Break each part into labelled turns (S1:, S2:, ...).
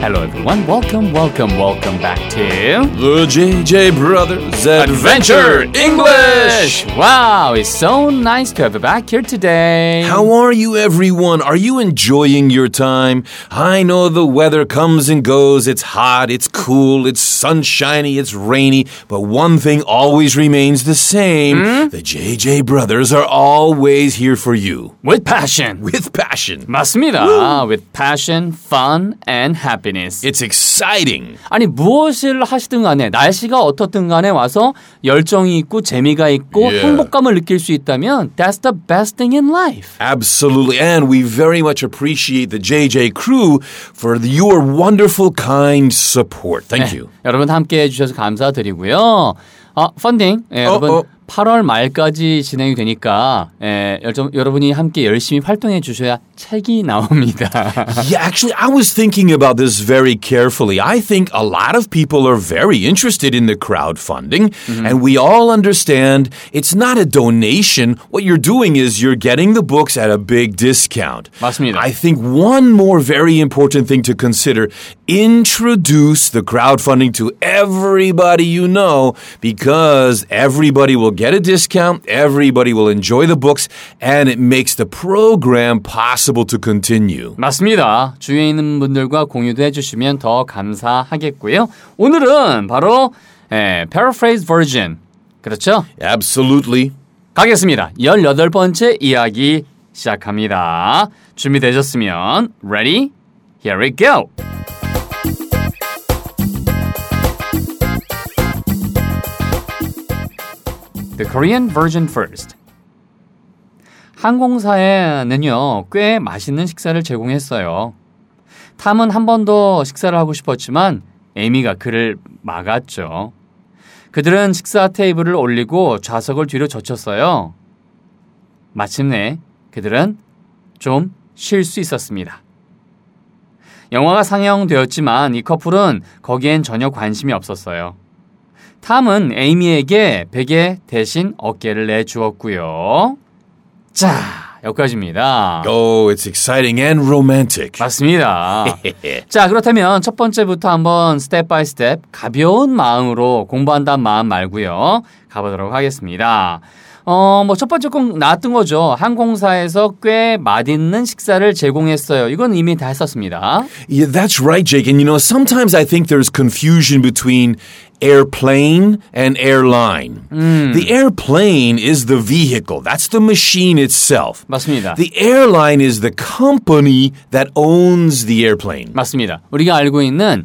S1: Hello, everyone. Welcome, welcome, welcome back to
S2: The JJ Brothers Adventure English!
S1: Wow, it's so nice to have you back here today.
S2: How are you, everyone? Are you enjoying your time? I know the weather comes and goes. It's hot, it's cool, it's sunshiny, it's rainy, but one thing always remains the same. The JJ Brothers are always here for you
S1: with passion.
S2: with passion.
S1: 맞습니다. With passion, fun, and happiness.
S2: It's exciting.
S1: 아니 무엇을 하시든 간에 날씨가 어떻든 간에 와서 열정이 있고 재미가 있고
S2: Yeah.
S1: 행복감을 느낄 수 있다면 that's the best thing in life.
S2: Absolutely. And we very much appreciate the JJ crew for your wonderful, kind support. Thank
S1: Eh.
S2: you.
S1: 네, 여러분 함께 해주셔서 감사드리고요. 아 펀딩 예,
S2: 어,
S1: 여러분
S2: 어.
S1: 8월 말까지 진행이 되니까 예, 열정- 여러분이 함께 열심히 활동해 주셔야 책이 나옵니다.
S2: Yeah, actually, I was thinking about this very carefully. I think a lot of people are very interested in the crowdfunding, and we all understand it's not a donation. What you're doing is you're getting the books at a big discount.
S1: 맞습니다.
S2: I think one more very important thing to consider introduce the crowdfunding to everybody you know because everybody will get a discount, everybody will enjoy the books, and it makes the program possible to continue.
S1: 맞습니다. 주위에 있는 분들과 공유도 해주시면 더 감사하겠고요. 오늘은 바로 예, paraphrase version 그렇죠?
S2: Absolutely.
S1: 가겠습니다. 18번째 이야기 시작합니다. 준비되셨으면 ready? Here we go. The Korean version first. 항공사에는요, 꽤 맛있는 식사를 제공했어요. 탐은 한 번 더 식사를 하고 싶었지만 에미가 그를 막았죠. 그들은 식사 테이블을 올리고 좌석을 뒤로 젖혔어요. 마침내 그들은 좀 쉴 수 있었습니다. 영화가 상영되었지만 이 커플은 거기엔 전혀 관심이 없었어요. 탐은 에이미에게 베개 대신 어깨를 내주었고요. 자, 여기까지입니다.
S2: Oh, it's exciting and romantic.
S1: Ah. 맞습니다. 자, 그렇다면 첫 번째부터 한번 스텝 바이 스텝 가벼운 마음으로 공부한다는 마음 말고요. 가보도록 하겠습니다. 어, 뭐 첫 번째 꼭 나왔던 거죠. 항공사에서 꽤 맛있는 식사를 제공했어요. 이건 이미 다 했었습니다.
S2: Yeah, that's right, Jake. And you know, sometimes I think there's confusion between airplane and airline. The airplane is the vehicle, that's the machine itself.
S1: 맞습니다.
S2: The airline is the company that owns the airplane.
S1: 맞습니다. 우리가 알고 있는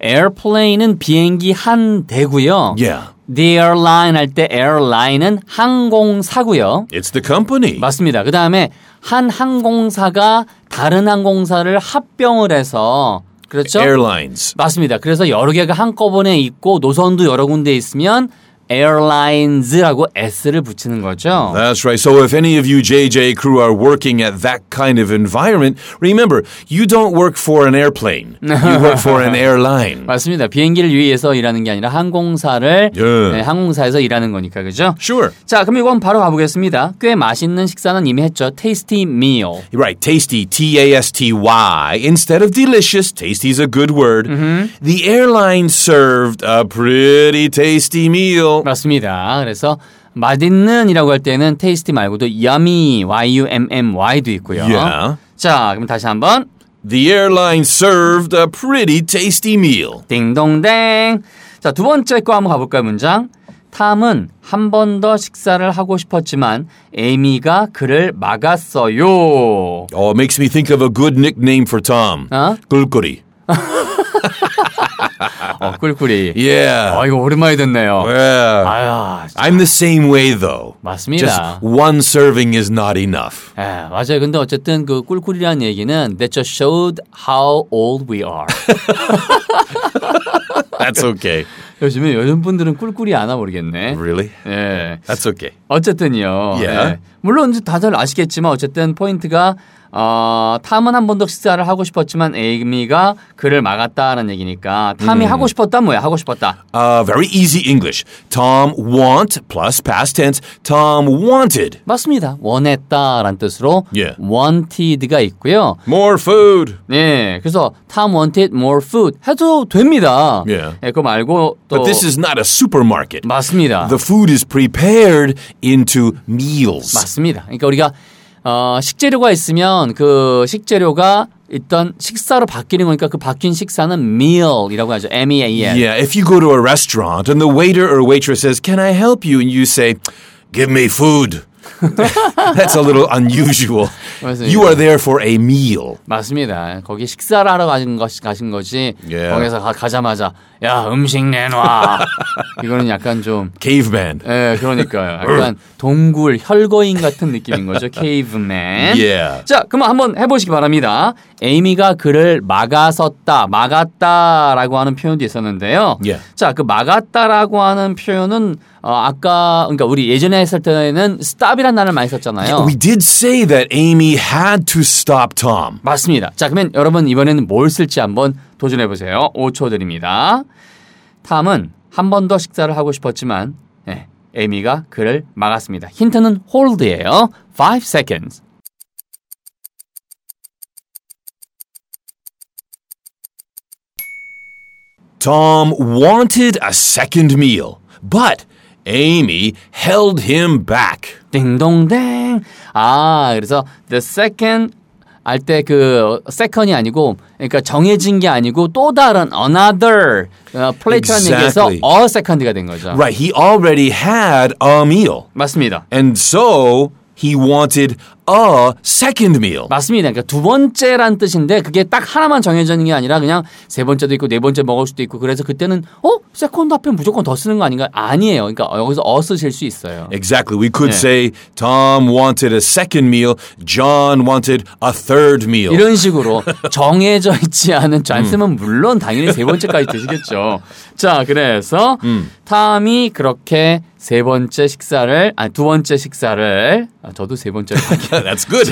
S1: 에어플레인은 비행기 한 대고요.
S2: Yeah,
S1: The airline 할 때 airline은 항공사고요.
S2: it's the company.
S1: 맞습니다. 그 다음에 한 항공사가 다른 항공사를 합병을 해서 그렇죠?
S2: Airlines.
S1: 맞습니다. 그래서 여러 개가 한꺼번에 있고 노선도 여러 군데 있으면 airlines라고 s를 붙이는 거죠.
S2: That's right. So if any of you JJ crew are working at that kind of environment, remember, you don't work for an airplane. You work for an airline.
S1: 맞습니다. 비행기를 위해서 일하는 게 아니라 항공사를
S2: 예.
S1: 네, 항공사에서 일하는 거니까 그죠?
S2: Sure.
S1: 자, 그럼 이건 바로 가보겠습니다. 꽤 맛있는 식사는 이미 했죠. Tasty meal.
S2: Right, tasty, T A S T Y. Instead of delicious, tasty's a good word. The airline served a pretty tasty meal.
S1: 맞습니다. 그래서 맛있는이라고 할 때는 테이스티 말고도 yummy, y-u-m-m-y도 있고요.
S2: Yeah.
S1: 자, 그럼 다시 한번
S2: The airline served a pretty tasty meal.
S1: 띵동댕. 자, 두 번째 거 한번 가볼까요, 문장? 탐은 한 번 더 식사를 하고 싶었지만 에이미가 그를 막았어요.
S2: Oh, it makes me think of a good nickname for Tom.
S1: Huh?
S2: Gulguri.
S1: 어, 꿀꿀이. 아,
S2: Yeah.
S1: 이거 오랜만에 듣네요.
S2: Yeah.
S1: 아야,
S2: I'm the same way though.
S1: 맞습니다.
S2: Just one serving is not enough.
S1: 예, 맞아요. 근데 어쨌든 그 꿀꿀이라는 얘기는 that just showed how old we are.
S2: That's okay.
S1: 요즘에 요즘 분들은 꿀꿀이 아나 모르겠네.
S2: really?
S1: 예.
S2: That's okay.
S1: 어쨌든요.
S2: 예.
S1: 예. 물론 이제 다들 아시겠지만 어쨌든 포인트가 어, 탐은 한 번 더 식사를 하고 싶었지만 에이미가 그를 막았다라는 얘기니까
S2: 음.
S1: 탐이 하고 싶었다 뭐야 하고 싶었다.
S2: Uh, very easy English. Tom want plus past tense. Tom wanted
S1: 맞습니다. 원했다라는 뜻으로
S2: 예.
S1: wanted가 있고요.
S2: more food.
S1: 예, 그래서 Tom wanted more food 해도 됩니다.
S2: 예.
S1: 그거 말고 또
S2: But this is not a supermarket.
S1: 맞습니다.
S2: The food is prepared into meals.
S1: 맞습니다. 그러니까 우리가 어, 식재료가 있으면 그 식재료가 있던 식사로 바뀌는 거니까 그 바뀐 식사는 meal이라고 하죠. M E A L.
S2: Yeah, if you go to a restaurant and the waiter or waitress says, Can I help you? And you say, Give me food. That's a little unusual.
S1: 맞습니다.
S2: You are there for a meal.
S1: 맞습니다. 거기 식사를 하러 가신 것 가신 거지.
S2: 예.
S1: 거기서 가, 가자마자 야 음식 내놔. 이거는 약간 좀
S2: Caveman.
S1: 예, 그러니까요. 약간 동굴 혈거인 같은 느낌인 거죠. 케이브맨.
S2: Yeah.
S1: 자, 그럼 한번 해보시기 바랍니다. 에이미가 그를 막아섰다, 막았다라고 하는 표현도 있었는데요.
S2: 예.
S1: 자, 그 막았다라고 하는 표현은 어, 아까 그러니까 우리 예전에 했을 때는 stop이란 단어를 많이 썼잖아요.
S2: We did say that Amy had to stop Tom.
S1: 맞습니다. 자, 그러면 여러분 이번에는 뭘 쓸지 한번 도전해 보세요. 5초 드립니다. 탐은 한 번 더 식사를 하고 싶었지만 예, 에미가 그를 막았습니다. 힌트는 hold예요. 5 seconds.
S2: Tom wanted a second meal, but Amy held him back.
S1: 띵동댕. 아, 그래서 the second 할 때 그 second이 아니고 그러니까 정해진 게 아니고 또 다른 another 어, plate라는 얘기에서
S2: Exactly.
S1: a second가 된 거죠.
S2: Right, he already had a meal.
S1: 맞습니다.
S2: And so he wanted a second meal.
S1: 맞습니다. 그러니까 두 번째란 뜻인데 그게 딱 하나만 정해져 있는 게 아니라 그냥 세 번째도 있고 네 번째 먹을 수도 있고 그래서 그때는 어 세컨드 앞에 무조건 더 쓰는 거 아닌가? 아니에요. 그러니까 여기서 어 쓰실 수 있어요.
S2: Exactly. We could
S1: Yeah.
S2: say Tom wanted a second meal, John wanted a third meal.
S1: 이런 식으로 정해져 있지 않은 잔스는 물론 당연히 세 번째까지 드시겠죠. 자, 그래서 탐이 그렇게 세 번째 식사를 아니 두 번째 식사를 아, 저도 세 번째를 할게요.
S2: That's good.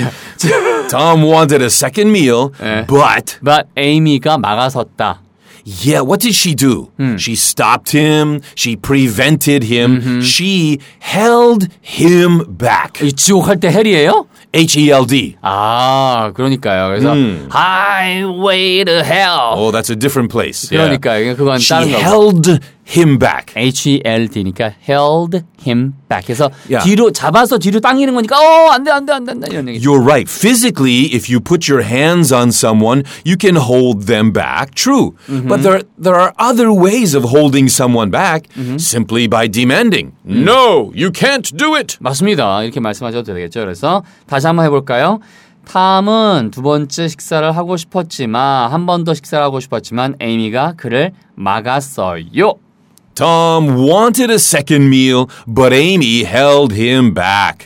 S2: Tom wanted a second meal,
S1: Yeah.
S2: but
S1: But Amy가 막아섰다.
S2: yeah, what did she do? She stopped him, she prevented him, she held him back.
S1: 이 지옥 할 때 헬이에요?
S2: H E L D.
S1: 아, 그러니까요. 그래서
S2: 음.
S1: Highway to Hell.
S2: Oh, that's a different place. Yeah.
S1: 그러니까 이게 그건
S2: 예. She
S1: 다른 거.
S2: held him back.
S1: HELD니까 held him back. 그래서
S2: 야.
S1: 뒤로 잡아서 뒤로 당기는 거니까 어, 안 돼, 안 돼, 안 돼, 안 돼. 이런 얘기.
S2: You're right. Physically, if you put your hands on someone, you can hold them back. True. But there there are other ways of holding someone back simply by demanding. No, you can't do it.
S1: 맞습니다. 이렇게 말씀하셔도 되겠죠. 그래서 다시 한번 해볼까요? 탐은 두 번째 식사를 하고 싶었지만 한 번 더 식사를 하고 싶었지만 에이미가 그를 막았어요.
S2: Tom wanted a second meal, but Amy held him back.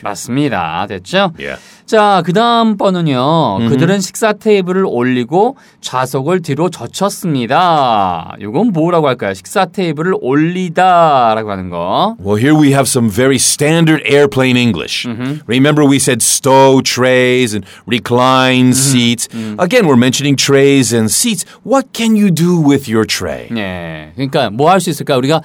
S1: 그 맞습니다. 됐죠?
S2: Yeah.
S1: 자, 그 다음 번은요. 그들은 식사 테이블을 올리고 좌석을 뒤로 젖혔습니다. 이건 뭐라고 할까요? 식사 테이블을 올리다라고 하는 거.
S2: Well, here we have some very standard airplane English. Remember, we said stow trays and recline seats. Again, we're mentioning trays and seats. What can you do with your tray?
S1: 예. 그러니까 뭐 할 수 있을까? 우리가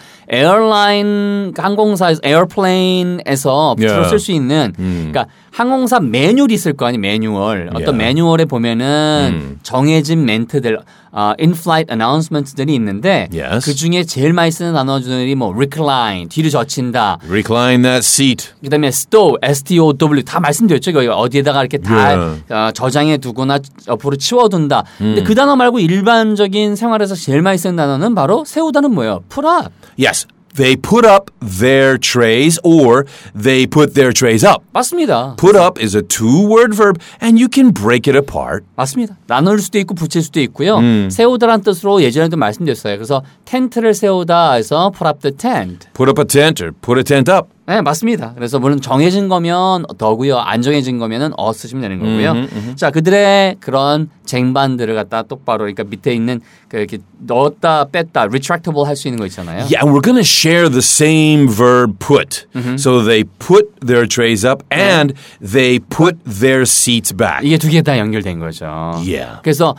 S1: 에어라인 항공사에서 에어플레인에서
S2: 예. 음.
S1: 주로 쓸 수 있는 그러니까 항공사 매뉴얼이 있을 거 아니 매뉴얼. 어떤
S2: 예. 음.
S1: 매뉴얼에 보면은 정해진 멘트들 아, in-flight announcements들이 있는데
S2: Yes.
S1: 그중에 제일 많이 쓰는 단어들이 뭐 recline, 뒤로 젖힌다.
S2: Recline that seat.
S1: 그다음에 stow, S-T-O-W 다 말씀드렸죠. 이거 어디에다가 이렇게 다
S2: 예.
S1: 어, 저장해 두거나 옆으로 치워둔다. 근데 그 단어 말고 일반적인 생활에서 제일 많이 쓰는 단어는 바로 세우다는 뭐예요? 풀업.
S2: Yes, they put up their trays or they put their trays up.
S1: 맞습니다.
S2: Put up is a two word verb and you can break it apart.
S1: 맞습니다. 나눌 수도 있고 붙일 수도 있고요. 세우다란 뜻으로 예전에도 말씀드렸어요. 그래서 텐트를 세우다 해서 put up the tent.
S2: Put up a tent or put a tent up.
S1: 네, 맞습니다. 그래서 물론 정해진 거면 더고요. 안 정해진 거면은 어 쓰시면 되는 거고요. 자, 그들의 그런 쟁반들을 갖다 똑바로 그러니까 밑에 있는 그 이렇게 넣었다 뺐다 retractable 할 수 있는 거 있잖아요.
S2: Yeah, we're going to share the same verb put. So they put their trays up and they put their seats back.
S1: 이게 두 개 다 연결된 거죠.
S2: Yeah.
S1: 그래서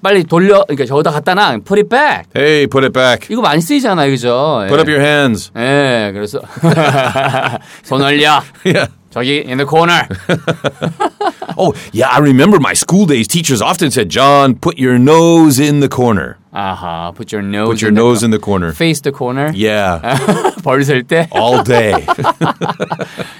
S1: 빨리 돌려 그러니까 저기다 갖다 놔. put it back.
S2: Hey, put it back.
S1: 이거 많이 쓰이잖아요. 그죠?
S2: Put up your hands.
S1: 예. 예, 그래서 손 올려.
S2: Yeah.
S1: 저기 in the corner.
S2: Oh, yeah, I remember my school days teachers often said, "John, put your nose in the corner."
S1: 아하. put your nose
S2: Put your
S1: in the
S2: nose in 예. the corner.
S1: face the corner.
S2: Yeah.
S1: 벌셀 때
S2: All day.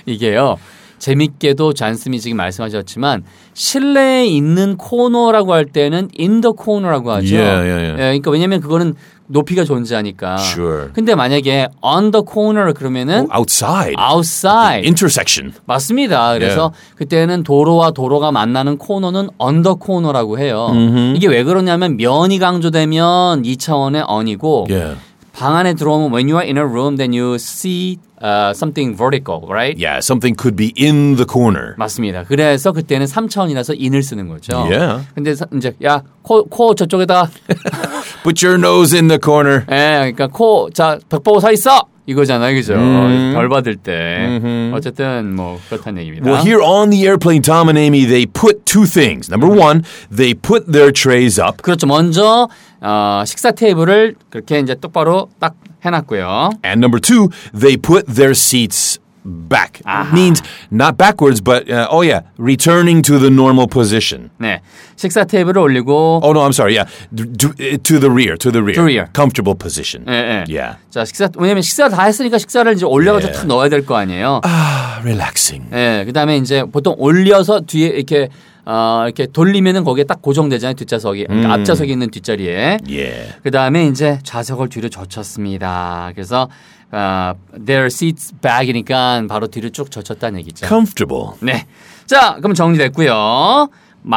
S1: 이게요. 재밌게도 잔스미 지금 말씀하셨지만 실내에 있는 코너라고 할 때는 in the corner라고 하죠.
S2: 예, 예, 예.
S1: 그러니까 왜냐면 그거는 높이가 존재하니까.
S2: Sure. 어,
S1: 근데 만약에 on the corner 그러면은
S2: Outside.
S1: outside.
S2: Intersection.
S1: 맞습니다.
S2: 예.
S1: 그래서 그때는 도로와 도로가 만나는 코너는 언더 코너라고 해요. 이게 왜 그러냐면 면이 강조되면 2차원의 언이고
S2: Yeah.
S1: 방 안에 들어오면 when you are in a room then you see uh, something vertical, right?
S2: Yeah, something could be in the corner.
S1: 맞습니다. 그래서 그때는 3차원이라서 인을 쓰는 거죠.
S2: Yeah.
S1: 근데 사- 이제 야, 코, 코 저쪽에다
S2: Put your nose in the corner.
S1: 예, 그러니까 코, 자, 벽 보고 서 있어! 이거잖아요, 그죠? 덜 받을 때. 어쨌든 뭐 그렇다는 얘기입니다.
S2: Well, here on the airplane, Tom and Amy, they put two things. Number one, they put their trays up,
S1: 그렇죠. 먼저 어, 식사 테이블을 그렇게 이제 똑바로 딱 해놨고요.
S2: and number two, they put their seats back. Means not backwards, but uh, oh yeah, returning to the normal position.
S1: 네, 식사 테이블을 올리고
S2: Oh no, I'm sorry. Yeah, d- d- uh, to the rear, to the rear,
S1: To rear. Eh,
S2: comfortable position.
S1: 예, 예.
S2: Yeah,
S1: 자 식사 왜냐면 식사 다 했으니까 식사를 이제 올려가지고
S2: 예.
S1: 탁 넣어야 될 거 아니에요.
S2: Ah, relaxing.
S1: 예, 그다음에 이제 보통 올려서 뒤에 이렇게 어, 이렇게 돌리면은 거기에 딱 고정되잖아요 뒷좌석이 그러니까 앞좌석이 있는 뒷자리에.
S2: Yeah.
S1: 그다음에 이제 좌석을 뒤로 젖혔습니다. 그래서 어, their seats back이니까 바로 뒤로 쭉 젖혔다는 얘기죠.
S2: 그 Comfortable.
S1: 네. 자, 그럼 정리됐고요.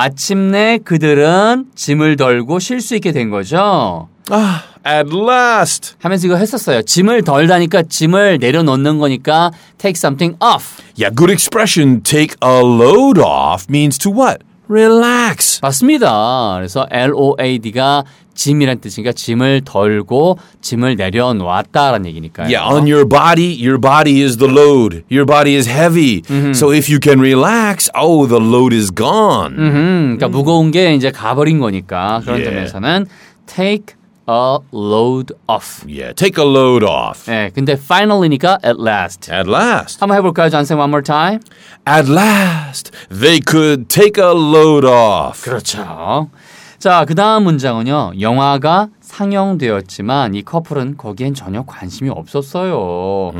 S1: 마침내 그들은 짐을 덜고 쉴 수 있게 된 거죠.
S2: Ah, at last.
S1: 하면서 이거 했었어요. 짐을 덜다니까 짐을 내려놓는 거니까 take something off.
S2: Yeah, good expression. Take a load off means to what? Relax.
S1: 맞습니다. 그래서 LOAD가 짐이란 뜻이니까 짐을 덜고 짐을 내려놓았다라는 얘기니까요.
S2: Yeah, on your body, your body is the load. Your body is heavy. So if you can relax, oh, the load is gone.
S1: Mm. 음, 그러니까 무거운 게 이제 가버린 거니까 그런
S2: 예.
S1: 점에서는 take a load off.
S2: Yeah, take a load off.
S1: 네, 근데 finally니까 at last.
S2: At last.
S1: 한번 해볼까요, 잔쌤? One more time.
S2: At last, they could take a load off.
S1: 그렇죠. 자, 그 다음 문장은요. 영화가 상영되었지만 이 커플은 거기엔 전혀 관심이 없었어요.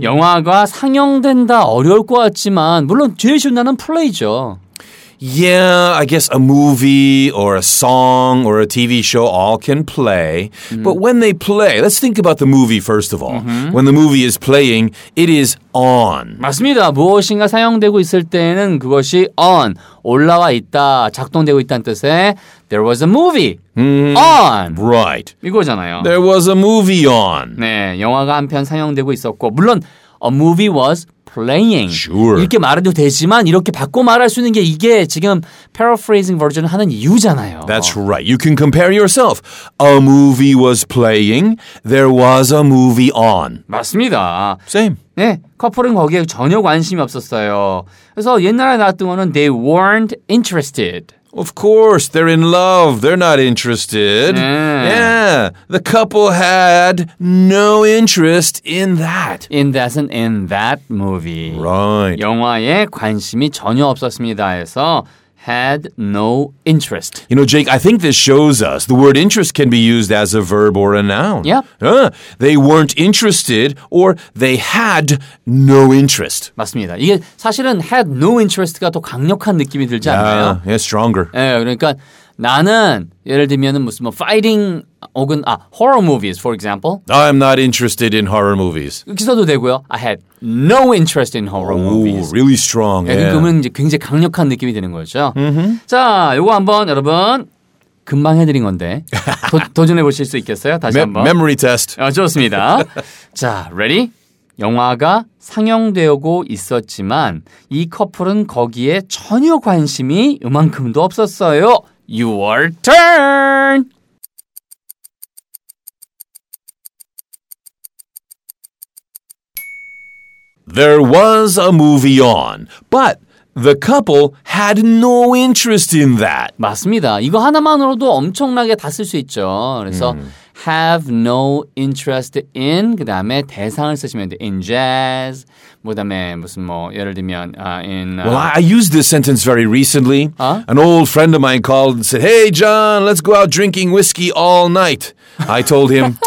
S1: 영화가 상영된다 어려울 것 같지만 물론 제일 쉬운 단어는 플레이죠.
S2: Yeah, I guess a movie or a song or a TV show all can play. But when they play, let's think about the movie first of all. When the movie is playing, it is on.
S1: 맞습니다. 무엇인가 사용되고 있을 때에는 그것이 on 올라와 있다 작동되고 있다는 뜻의 there was a movie 음. on
S2: Right.
S1: 이거잖아요.
S2: There was a movie on.
S1: 네, 영화가 한 편 상영되고 있었고 물론 a movie was playing
S2: Sure.
S1: 이렇게 말해도 되지만 이렇게 바꿔 말할 수 있는 게 이게 지금 paraphrasing version을 하는 이유잖아요.
S2: That's right. You can compare yourself. A movie was playing, there was a movie on.
S1: 맞습니다.
S2: Same.
S1: 네, 커플은 거기에 전혀 관심이 없었어요. 그래서 옛날에 나왔던 거는 they weren't interested.
S2: Of course, they're in love. They're not interested.
S1: Yeah.
S2: Yeah. The couple had no interest in that.
S1: In that and in that movie.
S2: Right.
S1: 영화에 관심이 전혀 없었습니다. 해서 had no interest.
S2: You know, Jake, I think this shows us the word interest can be used as a verb or a noun.
S1: Yep.
S2: Uh, they weren't interested or they had no interest.
S1: 맞습니다. 이게 사실은 had no interest가 더 강력한 느낌이 들지 않나요?
S2: Uh, yeah, stronger.
S1: 예, 그러니까 나는 예를 들면은 무슨 뭐 fighting 혹은 아 horror movies for example
S2: I'm not interested in horror movies.
S1: 이렇게 써도 되고요. I had no interest in horror movies.
S2: Ooh, really strong.
S1: 예,
S2: yeah.
S1: 그러면 이제 굉장히 강력한 느낌이 드는 거죠. 자, 요거 한번 여러분 금방 해드린 건데 도, 전해 보실 수 있겠어요? 다시
S2: Me-
S1: 한번.
S2: memory test.
S1: 어, 좋습니다. 자, ready? 영화가 상영되고 있었지만 이 커플은 거기에 전혀 관심이 이만큼도 없었어요. Your turn!
S2: There was a movie on, but the couple had no interest in that.
S1: 맞습니다. 이거 하나만으로도 엄청나게 다 쓸 수 있죠. 그래서
S2: 음.
S1: have no interest in 그다음에 대상을 쓰시면 돼요. in jazz 뭐다음에 무슨 뭐 예를 들면 아, in
S2: Well, I I used this sentence very recently.
S1: Huh?
S2: An old friend of mine called and said, Hey, John, let's go out drinking whiskey all night. I told him,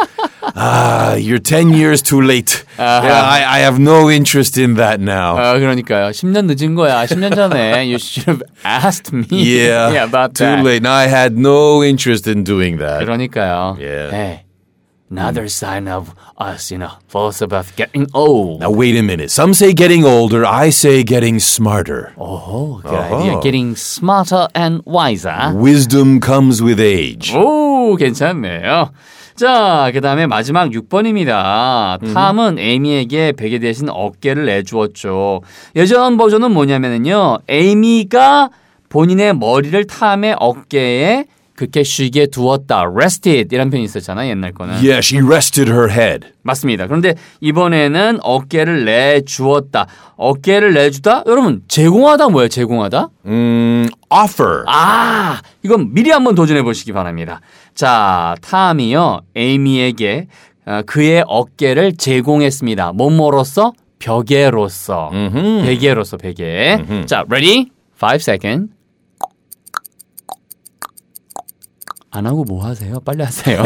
S2: Ah, you're 10 years too late.
S1: Uh-huh.
S2: Yeah, I, I have no interest in that now.
S1: 아, 그러니까요. 10년 늦은 거야. 10년 전에 you should have asked me
S2: yeah,
S1: about
S2: too
S1: that.
S2: late. Now I had no interest in doing that.
S1: 그러니까요.
S2: Yeah. 음.
S1: Hey, another sign of us, you know, both of us getting old.
S2: Now, wait a minute. Some say getting older, I say getting smarter.
S1: Oh, good idea. Getting smarter and wiser.
S2: Wisdom comes with age.
S1: 오, 괜찮네요. 자, 그 다음에 마지막 6번입니다. 탐은 에이미에게 베개 대신 어깨를 내주었죠. 예전 버전은 뭐냐면요. 에이미가 본인의 머리를 탐의 어깨에 그렇게 쉬게 두었다. rested 이란 표현이 있었잖아요. 옛날 거는.
S2: Yeah, she rested her head.
S1: 맞습니다. 그런데 이번에는 어깨를 내주었다. 어깨를 내주다? 여러분, 제공하다 뭐예요? 제공하다?
S2: Mm, offer.
S1: 아, 이건 미리 한번 도전해 보시기 바랍니다. 자, 탐이요, 에이미에게 어, 그의 어깨를 제공했습니다. 뭐뭐로서? 벽에로서. 베개로서 베개. 자, ready? 5 second. 안 하고 뭐 하세요? 빨리 하세요.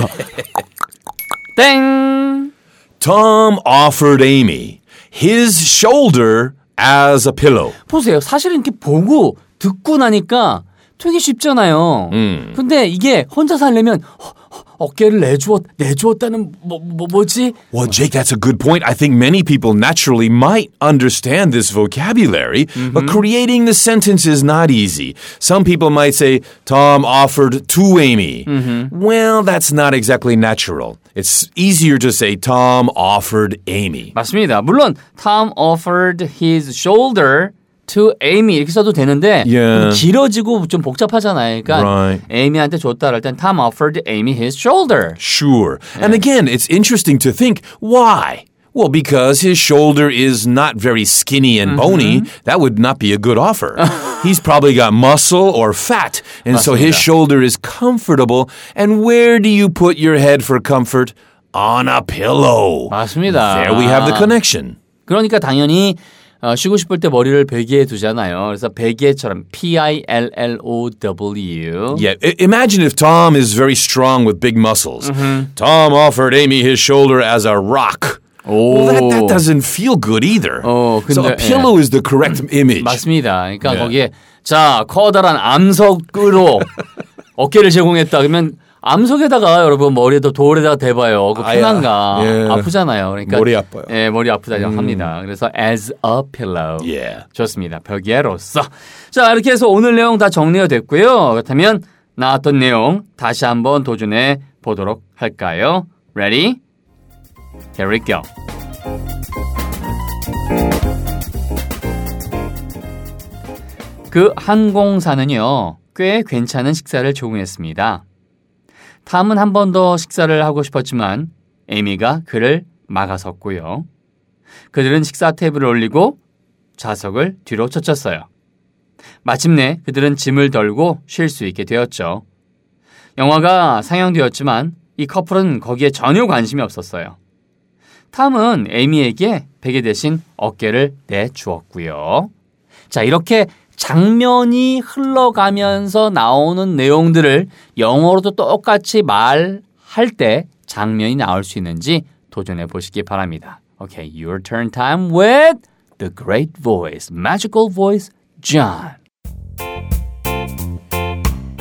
S1: 땡!
S2: Tom offered Amy his shoulder as a pillow.
S1: 보세요. 사실은 이렇게 보고 듣고 나니까 되게 쉽잖아요. 근데 이게 혼자 살려면 허, 허, 어깨를 내주었 내주었다는 뭐, 뭐 뭐지?
S2: Well, Jake, that's a good point. I think many people naturally might understand this vocabulary, but creating the sentence is not easy. Some people might say, Tom offered to Amy. Well, that's not exactly natural. It's easier to say, Tom offered Amy.
S1: 맞습니다. 물론 Tom offered his shoulder to Amy 이렇게 써도 되는데
S2: 예.
S1: 좀 길어지고 좀 복잡하잖아요. 그러니까
S2: Right.
S1: Amy한테 줬다 그럴 땐 Tom offered Amy his shoulder.
S2: Sure. And again, it's interesting to think why? Well, because his shoulder is not very skinny and bony, that would not be a good offer. He's probably got muscle or fat, and so his shoulder is comfortable. And where do you put your head for comfort? On a pillow.
S1: Ah. 맞습니다.
S2: There we have the connection.
S1: 그러니까 당연히 어, 쉬고 싶을 때 머리를 베개에 두잖아요. 그래서 베개처럼 P I L L O W.
S2: Yeah, I- imagine if Tom is very strong with big muscles. Tom offered Amy his shoulder as a rock. Well, that, that doesn't feel good either.
S1: Oh,
S2: so a
S1: 근데-
S2: pillow is the correct image.
S1: 맞습니다. 그러니까
S2: 네.
S1: 거기에 자 커다란 암석으로 어깨를 제공했다 그러면 암석에다가 여러분 머리에다 돌에다가 대봐요. 그
S2: 아야.
S1: 편한가
S2: 예.
S1: 아프잖아요. 그러니까
S2: 머리 아파요. 음.
S1: 예, 머리 아프다고 합니다. 그래서 as a pillow.
S2: Yeah.
S1: 좋습니다. 벽에로서. 자, 이렇게 해서 오늘 내용 다 정리가 됐고요. 그렇다면 나왔던 내용 다시 한번 도전해 보도록 할까요? Ready? Here we go. 그 항공사는요, 꽤 괜찮은 식사를 제공했습니다. 탐은 한 번 더 식사를 하고 싶었지만 에미가 그를 막아섰고요. 그들은 식사 테이블을 올리고 좌석을 뒤로 젖혔어요. 마침내 그들은 짐을 덜고 쉴 수 있게 되었죠. 영화가 상영되었지만 이 커플은 거기에 전혀 관심이 없었어요. 탐은 에이미에게 베개 대신 어깨를 내주었고요. 자, 이렇게 장면이 흘러가면서 나오는 내용들을 영어로도 똑같이 말할 때 장면이 나올 수 있는지 도전해 보시기 바랍니다. Okay, your turn time with the great voice, magical voice, John.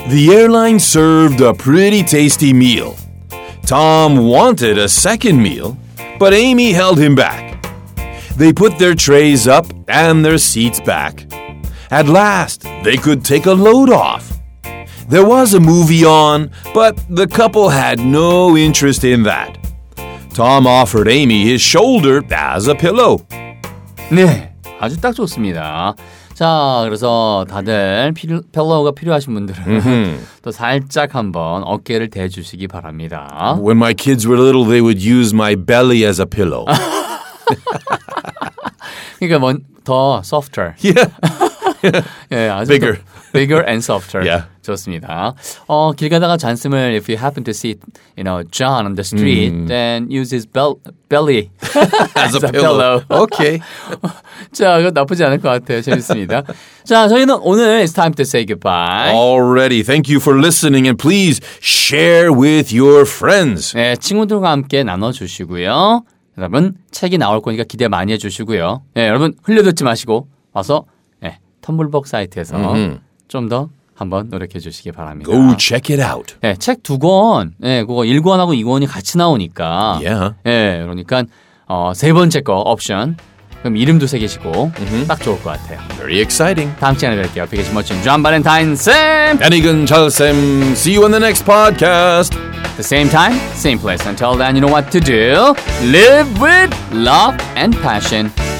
S2: The airline served a pretty tasty meal. Tom wanted a second meal, but Amy held him back. They put their trays up and their seats back. At last, they could take a load off. There was a movie on, but the couple had no interest in that. Tom offered Amy his shoulder as a pillow.
S1: 네, 아주 딱 좋습니다. 자, 그래서 다들 필- 펠로우가 필요하신 분들은 또 살짝 한번 어깨를 대주시기 바랍니다.
S2: When my kids were little, they would use my belly as a pillow.
S1: 그러니까 뭔더 softer.
S2: yeah.
S1: 예, 아주
S2: Bigger.
S1: 더- bigger and softer.
S2: Yeah.
S1: 좋습니다. 어, 길 가다가 잔슴을 if you happen to see, you know, John on the street,
S2: 음.
S1: then use his bel- belly.
S2: As,
S1: a pillow.
S2: okay.
S1: 자, 그거 나쁘지 않을 것 같아요. 재밌습니다. 자, 저희는 오늘 it's time to say goodbye.
S2: 어. Already. Thank you for listening and please share with your friends.
S1: 네, 친구들과 함께 나눠주시고요. 여러분, 책이 나올 거니까 기대 많이 해주시고요. 네, 여러분, 흘려듣지 마시고 와서 네, 텀블벅 사이트에서 좀 더 한번 노력해 주시기 바랍니다.
S2: Go check it out.
S1: 네, 책 두 권, 네, 그거 1권하고 2권이 같이 나오니까.
S2: Yeah.
S1: 네, 그러니까, 어, 세 번째 거, 옵션. 그럼 이름도 새기시고, 딱 좋을 것 같아요.
S2: Very exciting.
S1: 다음 시간에 뵐게요. 비계신 멋진 존 발렌타인 쌤!
S2: And Egan Chalsem, see you in the next podcast.
S1: The same time, same place. Until then, you know what to do. Live with love and passion.